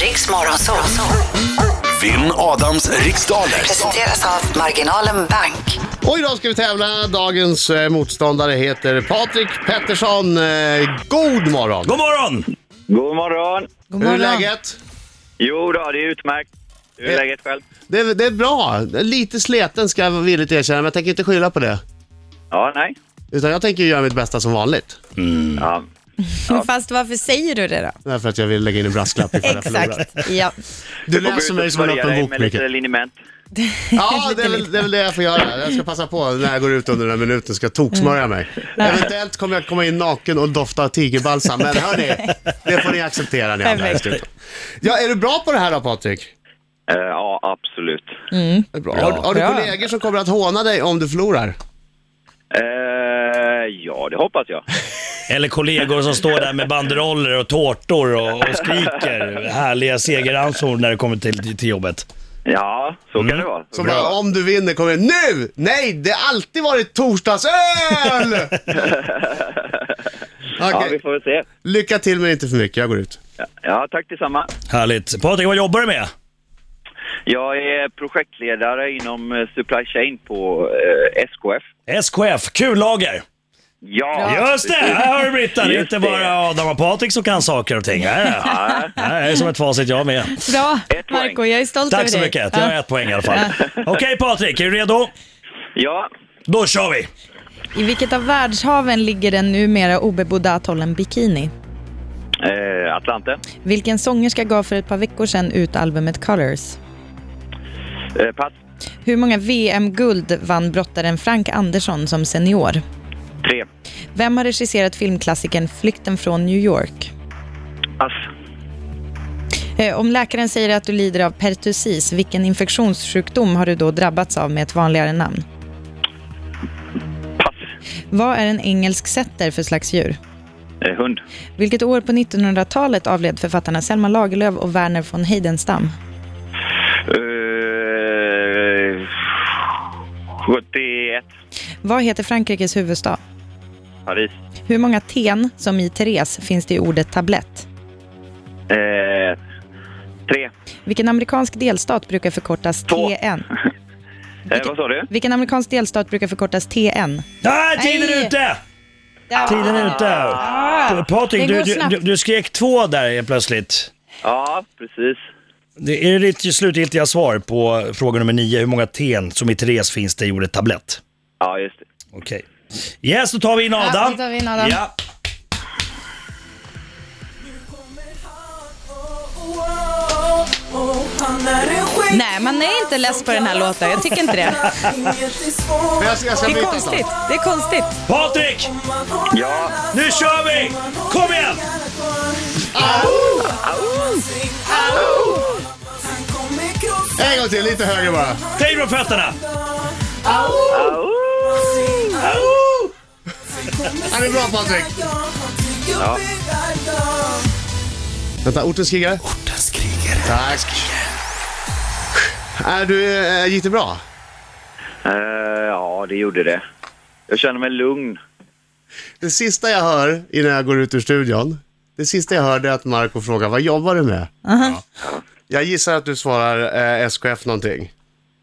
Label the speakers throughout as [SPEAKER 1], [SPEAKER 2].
[SPEAKER 1] Riks Morgonzoo.
[SPEAKER 2] Vinn Adams riksdaler.
[SPEAKER 1] Presenteras av Marginalen Bank.
[SPEAKER 3] Och idag ska vi tävla. Dagens eh, motståndare heter Patrik Pettersson. Eh, god morgon!
[SPEAKER 4] God morgon!
[SPEAKER 5] God morgon!
[SPEAKER 6] God
[SPEAKER 3] Hur är
[SPEAKER 6] morgon.
[SPEAKER 3] läget?
[SPEAKER 5] Jo då, det är utmärkt. Hur är
[SPEAKER 3] Eh.
[SPEAKER 5] läget själv?
[SPEAKER 3] Det är, det är bra. Lite sleten ska jag villigt erkänna, men jag tänker inte skylla på det.
[SPEAKER 5] Ja, nej.
[SPEAKER 3] Utan jag tänker göra mitt bästa som vanligt. Mm.
[SPEAKER 5] Ja.
[SPEAKER 6] Fast varför säger du det då?
[SPEAKER 3] Därför att jag vill lägga in en brasklapp ifall jag förlorar.
[SPEAKER 6] Exakt. Ja.
[SPEAKER 3] Du
[SPEAKER 5] Och gå
[SPEAKER 3] läser
[SPEAKER 5] ut och
[SPEAKER 3] mig som en
[SPEAKER 5] smörja
[SPEAKER 3] öppen
[SPEAKER 5] dig
[SPEAKER 3] bok,
[SPEAKER 5] med lite
[SPEAKER 3] Micke.
[SPEAKER 5] liniment.
[SPEAKER 3] Ja, det är, väl, det är väl det jag får göra. Jag ska passa på när jag går ut under den här minuten, ska jag toksmörja mig.
[SPEAKER 5] Mm.
[SPEAKER 3] Eventuellt kommer jag komma in naken och dofta tigerbalsam, men hörni, det får ni acceptera ni andra här i
[SPEAKER 6] Perfekt.
[SPEAKER 3] studion. Ja, är du bra på det här då, Patrik?
[SPEAKER 5] Eh, ja, absolut.
[SPEAKER 3] Bra. Har, har du
[SPEAKER 6] Bra.
[SPEAKER 3] kollegor som kommer att håna dig om du förlorar?
[SPEAKER 5] Eh, ja, det hoppas jag.
[SPEAKER 4] Eller kollegor som står där med banderoller och tårtor och, och skriker härliga segeransor när det kommer till, till jobbet.
[SPEAKER 5] Ja, så kan det vara.
[SPEAKER 3] Som bara, om du vinner kommer det, nu! Nej, det har alltid varit torsdagsöl!
[SPEAKER 5] Ja,
[SPEAKER 3] Okej,
[SPEAKER 5] vi får väl se.
[SPEAKER 3] lycka till men inte för mycket, jag går ut.
[SPEAKER 5] Ja, tack detsamma.
[SPEAKER 4] Härligt. Patrik, vad jobbar du med?
[SPEAKER 5] Jag är projektledare inom eh, Supply Chain på eh, SKF.
[SPEAKER 4] SKF, kullager.
[SPEAKER 5] Ja,
[SPEAKER 4] Just det, här har du Britta. Det är
[SPEAKER 5] Just
[SPEAKER 4] inte
[SPEAKER 5] det.
[SPEAKER 4] bara Adam och Patrik som kan saker och ting. Nej, nej. Nej, det är som ett facit jag med.
[SPEAKER 6] Bra,
[SPEAKER 5] Ett poäng.
[SPEAKER 6] Marco, jag är stolt över
[SPEAKER 4] Tack
[SPEAKER 6] dig.
[SPEAKER 4] så mycket. Jag har
[SPEAKER 6] Ja.
[SPEAKER 4] ett poäng i alla fall. Okej Patrik, är du redo?
[SPEAKER 5] ja.
[SPEAKER 4] Då kör vi!
[SPEAKER 6] I vilket av världshaven ligger den numera obebodda atollen Bikini?
[SPEAKER 5] Eh, Atlante.
[SPEAKER 6] Vilken sångerska gav för ett par veckor sedan ut albumet Colors?
[SPEAKER 5] Eh, pass.
[SPEAKER 6] Hur många VM-guld vann brottaren Frank Andersson som senior?
[SPEAKER 5] Tre.
[SPEAKER 6] Vem har regisserat filmklassikern Flykten från New York?
[SPEAKER 5] Pass.
[SPEAKER 6] Eh, Om läkaren säger att du lider av pertussis, vilken infektionssjukdom har du då drabbats av med ett vanligare namn?
[SPEAKER 5] Pass.
[SPEAKER 6] Vad är en engelsk setter för slags djur?
[SPEAKER 5] Eh, hund.
[SPEAKER 6] Vilket år på 1900-talet avled författarna Selma Lagerlöf och Verner von Heidenstam?
[SPEAKER 5] Eh, 71.
[SPEAKER 6] Vad heter Frankrikes huvudstad?
[SPEAKER 5] Paris.
[SPEAKER 6] Hur många ten, som i Therese, finns det i ordet tablett?
[SPEAKER 5] Eh, tre. Eh,
[SPEAKER 6] Vilken amerikansk delstat brukar förkortas
[SPEAKER 5] Två.
[SPEAKER 6] TN?
[SPEAKER 5] Eh, vad sa du?
[SPEAKER 6] Vilken amerikansk delstat brukar förkortas TN?
[SPEAKER 4] Nej, tiden är
[SPEAKER 6] Nej.
[SPEAKER 4] ute!
[SPEAKER 6] Där.
[SPEAKER 4] Tiden är ute.
[SPEAKER 6] Ah. det
[SPEAKER 4] Patrik,
[SPEAKER 6] går
[SPEAKER 4] du, du,
[SPEAKER 6] snabbt.
[SPEAKER 4] du, du skrek två där helt plötsligt.
[SPEAKER 5] Ja, precis.
[SPEAKER 4] Det är ditt slutgiltiga svar på fråga nummer nio. Hur många ten som i Therese finns det i ordet tablett?
[SPEAKER 5] Ja, just det.
[SPEAKER 4] Okej. Yes, då tar vi in Adam.
[SPEAKER 6] då tar vi in Adam.
[SPEAKER 4] Ja.
[SPEAKER 6] Nej, man är inte less på den här låten. Jag tycker inte det.
[SPEAKER 3] Men jag ska, jag ska
[SPEAKER 6] Det är
[SPEAKER 3] byta
[SPEAKER 6] konstigt.
[SPEAKER 3] snart.
[SPEAKER 6] Det är konstigt.
[SPEAKER 4] Patrik,
[SPEAKER 5] Ja,
[SPEAKER 4] nu kör vi! Kom igen!
[SPEAKER 3] En gång till, lite högre bara.
[SPEAKER 4] Ta in med fötterna!
[SPEAKER 6] Mm.
[SPEAKER 3] Ja, det är bra Patrik. Vänta, ortens krigare.
[SPEAKER 2] Ortens krigare.
[SPEAKER 3] Tack. Är du, eh, gick det bra?
[SPEAKER 5] eh, ja det gjorde det. Jag känner mig lugn.
[SPEAKER 3] Det sista jag hör innan jag går ut ur studion, det sista jag hörde är att Marco frågar vad jobbar du med? Ja. Jag gissar att du svarar eh, SKF någonting.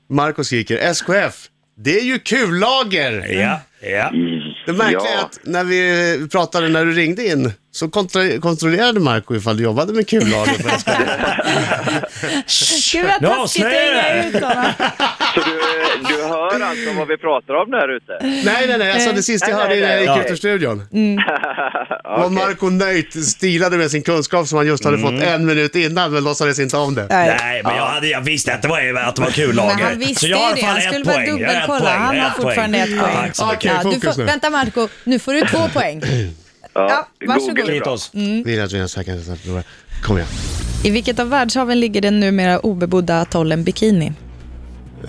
[SPEAKER 3] Marco skriker SKF, det är ju kullager!
[SPEAKER 4] Ja, ja.
[SPEAKER 6] Mm.
[SPEAKER 3] Det märkliga är
[SPEAKER 5] ja.
[SPEAKER 3] att när vi pratade, när du ringde in, så kontra- kontrollerade Marco ifall du jobbade med kullager på SKF.
[SPEAKER 6] Gud vad taskigt
[SPEAKER 4] Nu
[SPEAKER 6] att
[SPEAKER 4] avslöjar jag
[SPEAKER 6] hänga ut honom.
[SPEAKER 5] Så du, du hör alltså vad vi pratar om där ute?
[SPEAKER 3] Nej, nej, nej, jag sa det sista jag
[SPEAKER 5] Nej,
[SPEAKER 3] hörde
[SPEAKER 5] nej,
[SPEAKER 3] innan jag
[SPEAKER 5] nej,
[SPEAKER 3] gick
[SPEAKER 5] okej.
[SPEAKER 3] ut ur studion. Var Marco nöjt stilade med sin kunskap som han just hade fått
[SPEAKER 5] Mm.
[SPEAKER 3] en minut innan, men låtsades inte om det.
[SPEAKER 4] Nej, men jag, hade, jag visste att det var, att det var kul
[SPEAKER 6] Men
[SPEAKER 4] lager.
[SPEAKER 6] han visste
[SPEAKER 4] Så
[SPEAKER 6] ju
[SPEAKER 4] jag har
[SPEAKER 6] det.
[SPEAKER 4] fan
[SPEAKER 6] Han
[SPEAKER 4] ett
[SPEAKER 6] skulle bara
[SPEAKER 4] poäng. Jag har ett
[SPEAKER 6] dubbelkolla.
[SPEAKER 4] poäng.
[SPEAKER 6] Han
[SPEAKER 4] Jag
[SPEAKER 6] har
[SPEAKER 4] ett
[SPEAKER 6] fortfarande
[SPEAKER 4] poäng.
[SPEAKER 6] ett poäng.
[SPEAKER 4] Tack så mycket.
[SPEAKER 3] Okej,
[SPEAKER 6] du
[SPEAKER 3] fokus
[SPEAKER 6] får,
[SPEAKER 3] nu.
[SPEAKER 6] vänta Marco, nu får du två poäng. Ja, varsågod.
[SPEAKER 5] Google är
[SPEAKER 4] Lite
[SPEAKER 5] bra.
[SPEAKER 4] oss.
[SPEAKER 6] Mm.
[SPEAKER 3] Vill att vi ens verkar nästan förlora. Kom igen.
[SPEAKER 6] I vilket av världshaven ligger den numera obebodda atollen Bikini?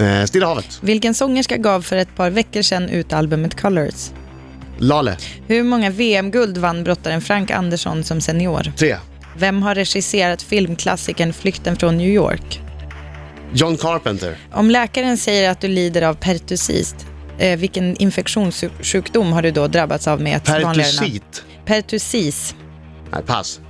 [SPEAKER 3] Eh, Stilla havet.
[SPEAKER 6] Vilken sångerska gav för ett par veckor sedan ut albumet Colors?
[SPEAKER 3] Lale.
[SPEAKER 6] Hur många VM-guld vann brottaren Frank Andersson som senior?
[SPEAKER 3] Tre.
[SPEAKER 6] Vem har regisserat filmklassikern Flykten från New York?
[SPEAKER 3] John Carpenter.
[SPEAKER 6] Om läkaren säger att du lider av pertussis, eh, vilken infektionssjukdom har du då drabbats av med ett vanligare namn?
[SPEAKER 3] Pertusit.
[SPEAKER 6] Pertussis.
[SPEAKER 3] Nej, pass.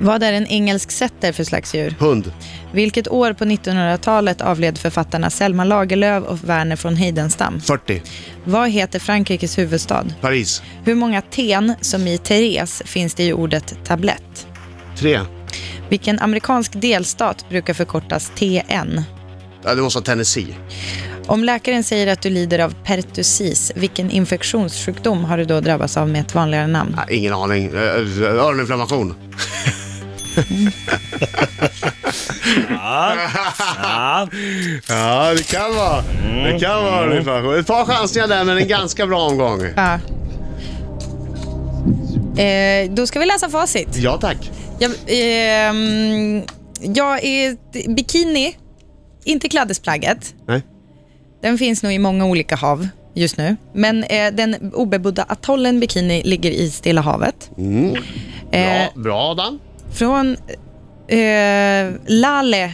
[SPEAKER 6] Vad är en engelsk setter för slags djur?
[SPEAKER 3] Hund.
[SPEAKER 6] Vilket år på 1900-talet avled författarna Selma Lagerlöf och Werner von Heidenstam?
[SPEAKER 3] 40.
[SPEAKER 6] Vad heter Frankrikes huvudstad?
[SPEAKER 3] Paris.
[SPEAKER 6] Hur många ten, som i Therese, finns det i ordet tablett?
[SPEAKER 3] 3.
[SPEAKER 6] Vilken amerikansk delstat brukar förkortas TN?
[SPEAKER 3] Ja, det måste vara Tennessee.
[SPEAKER 6] Om läkaren säger att du lider av pertussis, vilken infektionssjukdom har du då drabbats av med ett vanligare namn?
[SPEAKER 3] Ja, ingen aning. Ö- ö- Öroninflammation.
[SPEAKER 4] Ja.
[SPEAKER 3] Ja, det kan vara. Det kan vara öroninflammation. Ett par chansningar där, men en ganska bra omgång.
[SPEAKER 6] Ja. Eh, då ska vi läsa facit.
[SPEAKER 3] Ja, tack.
[SPEAKER 6] Jag, ehm, jag är bikini, inte klädesplagget.
[SPEAKER 3] Nej.
[SPEAKER 6] Den finns nog i många olika hav just nu. Men eh, den obebodda atollen Bikini ligger i Stilla havet. Eh,
[SPEAKER 3] Mm. Bra, bra Adam.
[SPEAKER 6] Från eh, Lale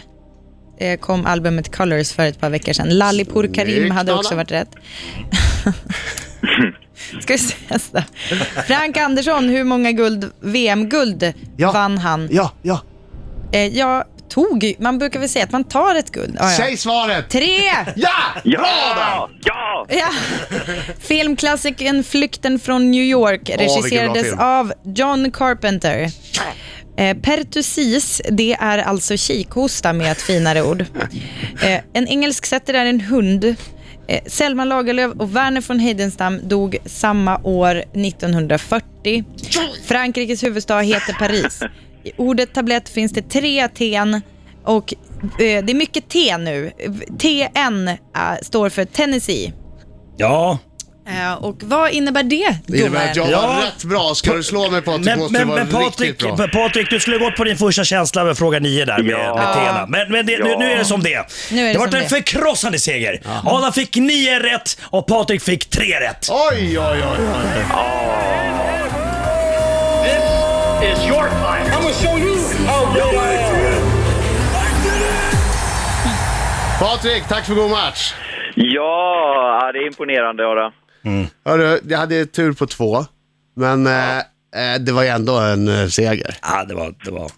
[SPEAKER 6] eh, kom albumet Colors för ett par veckor sedan. Lalipur Karim
[SPEAKER 3] Snyggt,
[SPEAKER 6] hade också
[SPEAKER 3] Adam.
[SPEAKER 6] varit rätt. Ska vi säga så? Frank Andersson, hur många guld, VM-guld
[SPEAKER 3] Ja.
[SPEAKER 6] vann han?
[SPEAKER 3] Ja, ja.
[SPEAKER 6] Eh, jag tog, man brukar väl säga att man tar ett guld. Ah, ja.
[SPEAKER 3] Säg svaret.
[SPEAKER 6] Tre!
[SPEAKER 3] Ja! Bra Adam!
[SPEAKER 5] Ja! Ja!
[SPEAKER 6] Ja. Filmklassikern Flykten från New York regisserades
[SPEAKER 3] film.
[SPEAKER 6] av John Carpenter. Eh, pertussis, det är alltså kikhosta med ett finare ord. Eh, en engelsk setter är en hund. Eh, Selma Lagerlöf och Werner von Heidenstam dog samma år 1940. Frankrikes huvudstad heter Paris. I ordet tablett finns det tre ten och eh, det är mycket T nu. TN eh, står för Tennessee.
[SPEAKER 4] ja.
[SPEAKER 6] Eh, Och vad innebär det,
[SPEAKER 3] Det innebär att jag
[SPEAKER 4] Ja.
[SPEAKER 3] var rätt bra. Ska du slå mig på att du
[SPEAKER 4] Men,
[SPEAKER 3] måste
[SPEAKER 4] men,
[SPEAKER 3] vara
[SPEAKER 4] men,
[SPEAKER 3] riktigt
[SPEAKER 4] Patrik,
[SPEAKER 3] bra?
[SPEAKER 4] men Patrik, du skulle gått på din första känsla med fråga nio där med,
[SPEAKER 5] Ja.
[SPEAKER 4] med Tena. Men, men det, nu,
[SPEAKER 5] Ja.
[SPEAKER 4] nu är det som det
[SPEAKER 6] Nu är det
[SPEAKER 4] Det vart
[SPEAKER 6] som
[SPEAKER 4] en
[SPEAKER 6] det.
[SPEAKER 4] förkrossande seger. Adam fick nio rätt och Patrik fick tre rätt.
[SPEAKER 3] Oj, oj, oj. oj.
[SPEAKER 7] It's your time. I'm gonna show you how good I am.
[SPEAKER 3] Patrik, tack för god match.
[SPEAKER 5] Ja, det är imponerande Adam.
[SPEAKER 3] Hörru, jag hade tur på två, men eh, eh, det var ju ändå en eh, seger.
[SPEAKER 4] Ja, det var, det var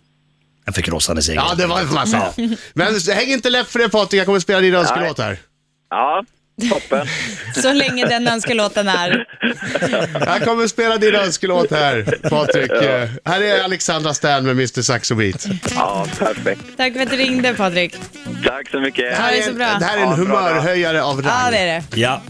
[SPEAKER 4] en förkrossande seger.
[SPEAKER 3] Ja, det var det får man säga. Men häng inte läpp för det Patrik, jag kommer spela din önskelåt här.
[SPEAKER 5] Ja, toppen.
[SPEAKER 6] så länge den önskelåten är?
[SPEAKER 3] Jag kommer spela din önskelåt här, Patrik. Eh, Här är Alexandra Stern med Mr Saxo Beat.
[SPEAKER 5] Ja, perfekt.
[SPEAKER 6] Tack för att du ringde, Patrik.
[SPEAKER 5] Tack så mycket.
[SPEAKER 6] Ja, det är så bra.
[SPEAKER 3] Det här är
[SPEAKER 5] Ja,
[SPEAKER 3] en
[SPEAKER 5] bra, bra.
[SPEAKER 3] humörhöjare av rang.
[SPEAKER 6] Ja, det är det.
[SPEAKER 4] Ja.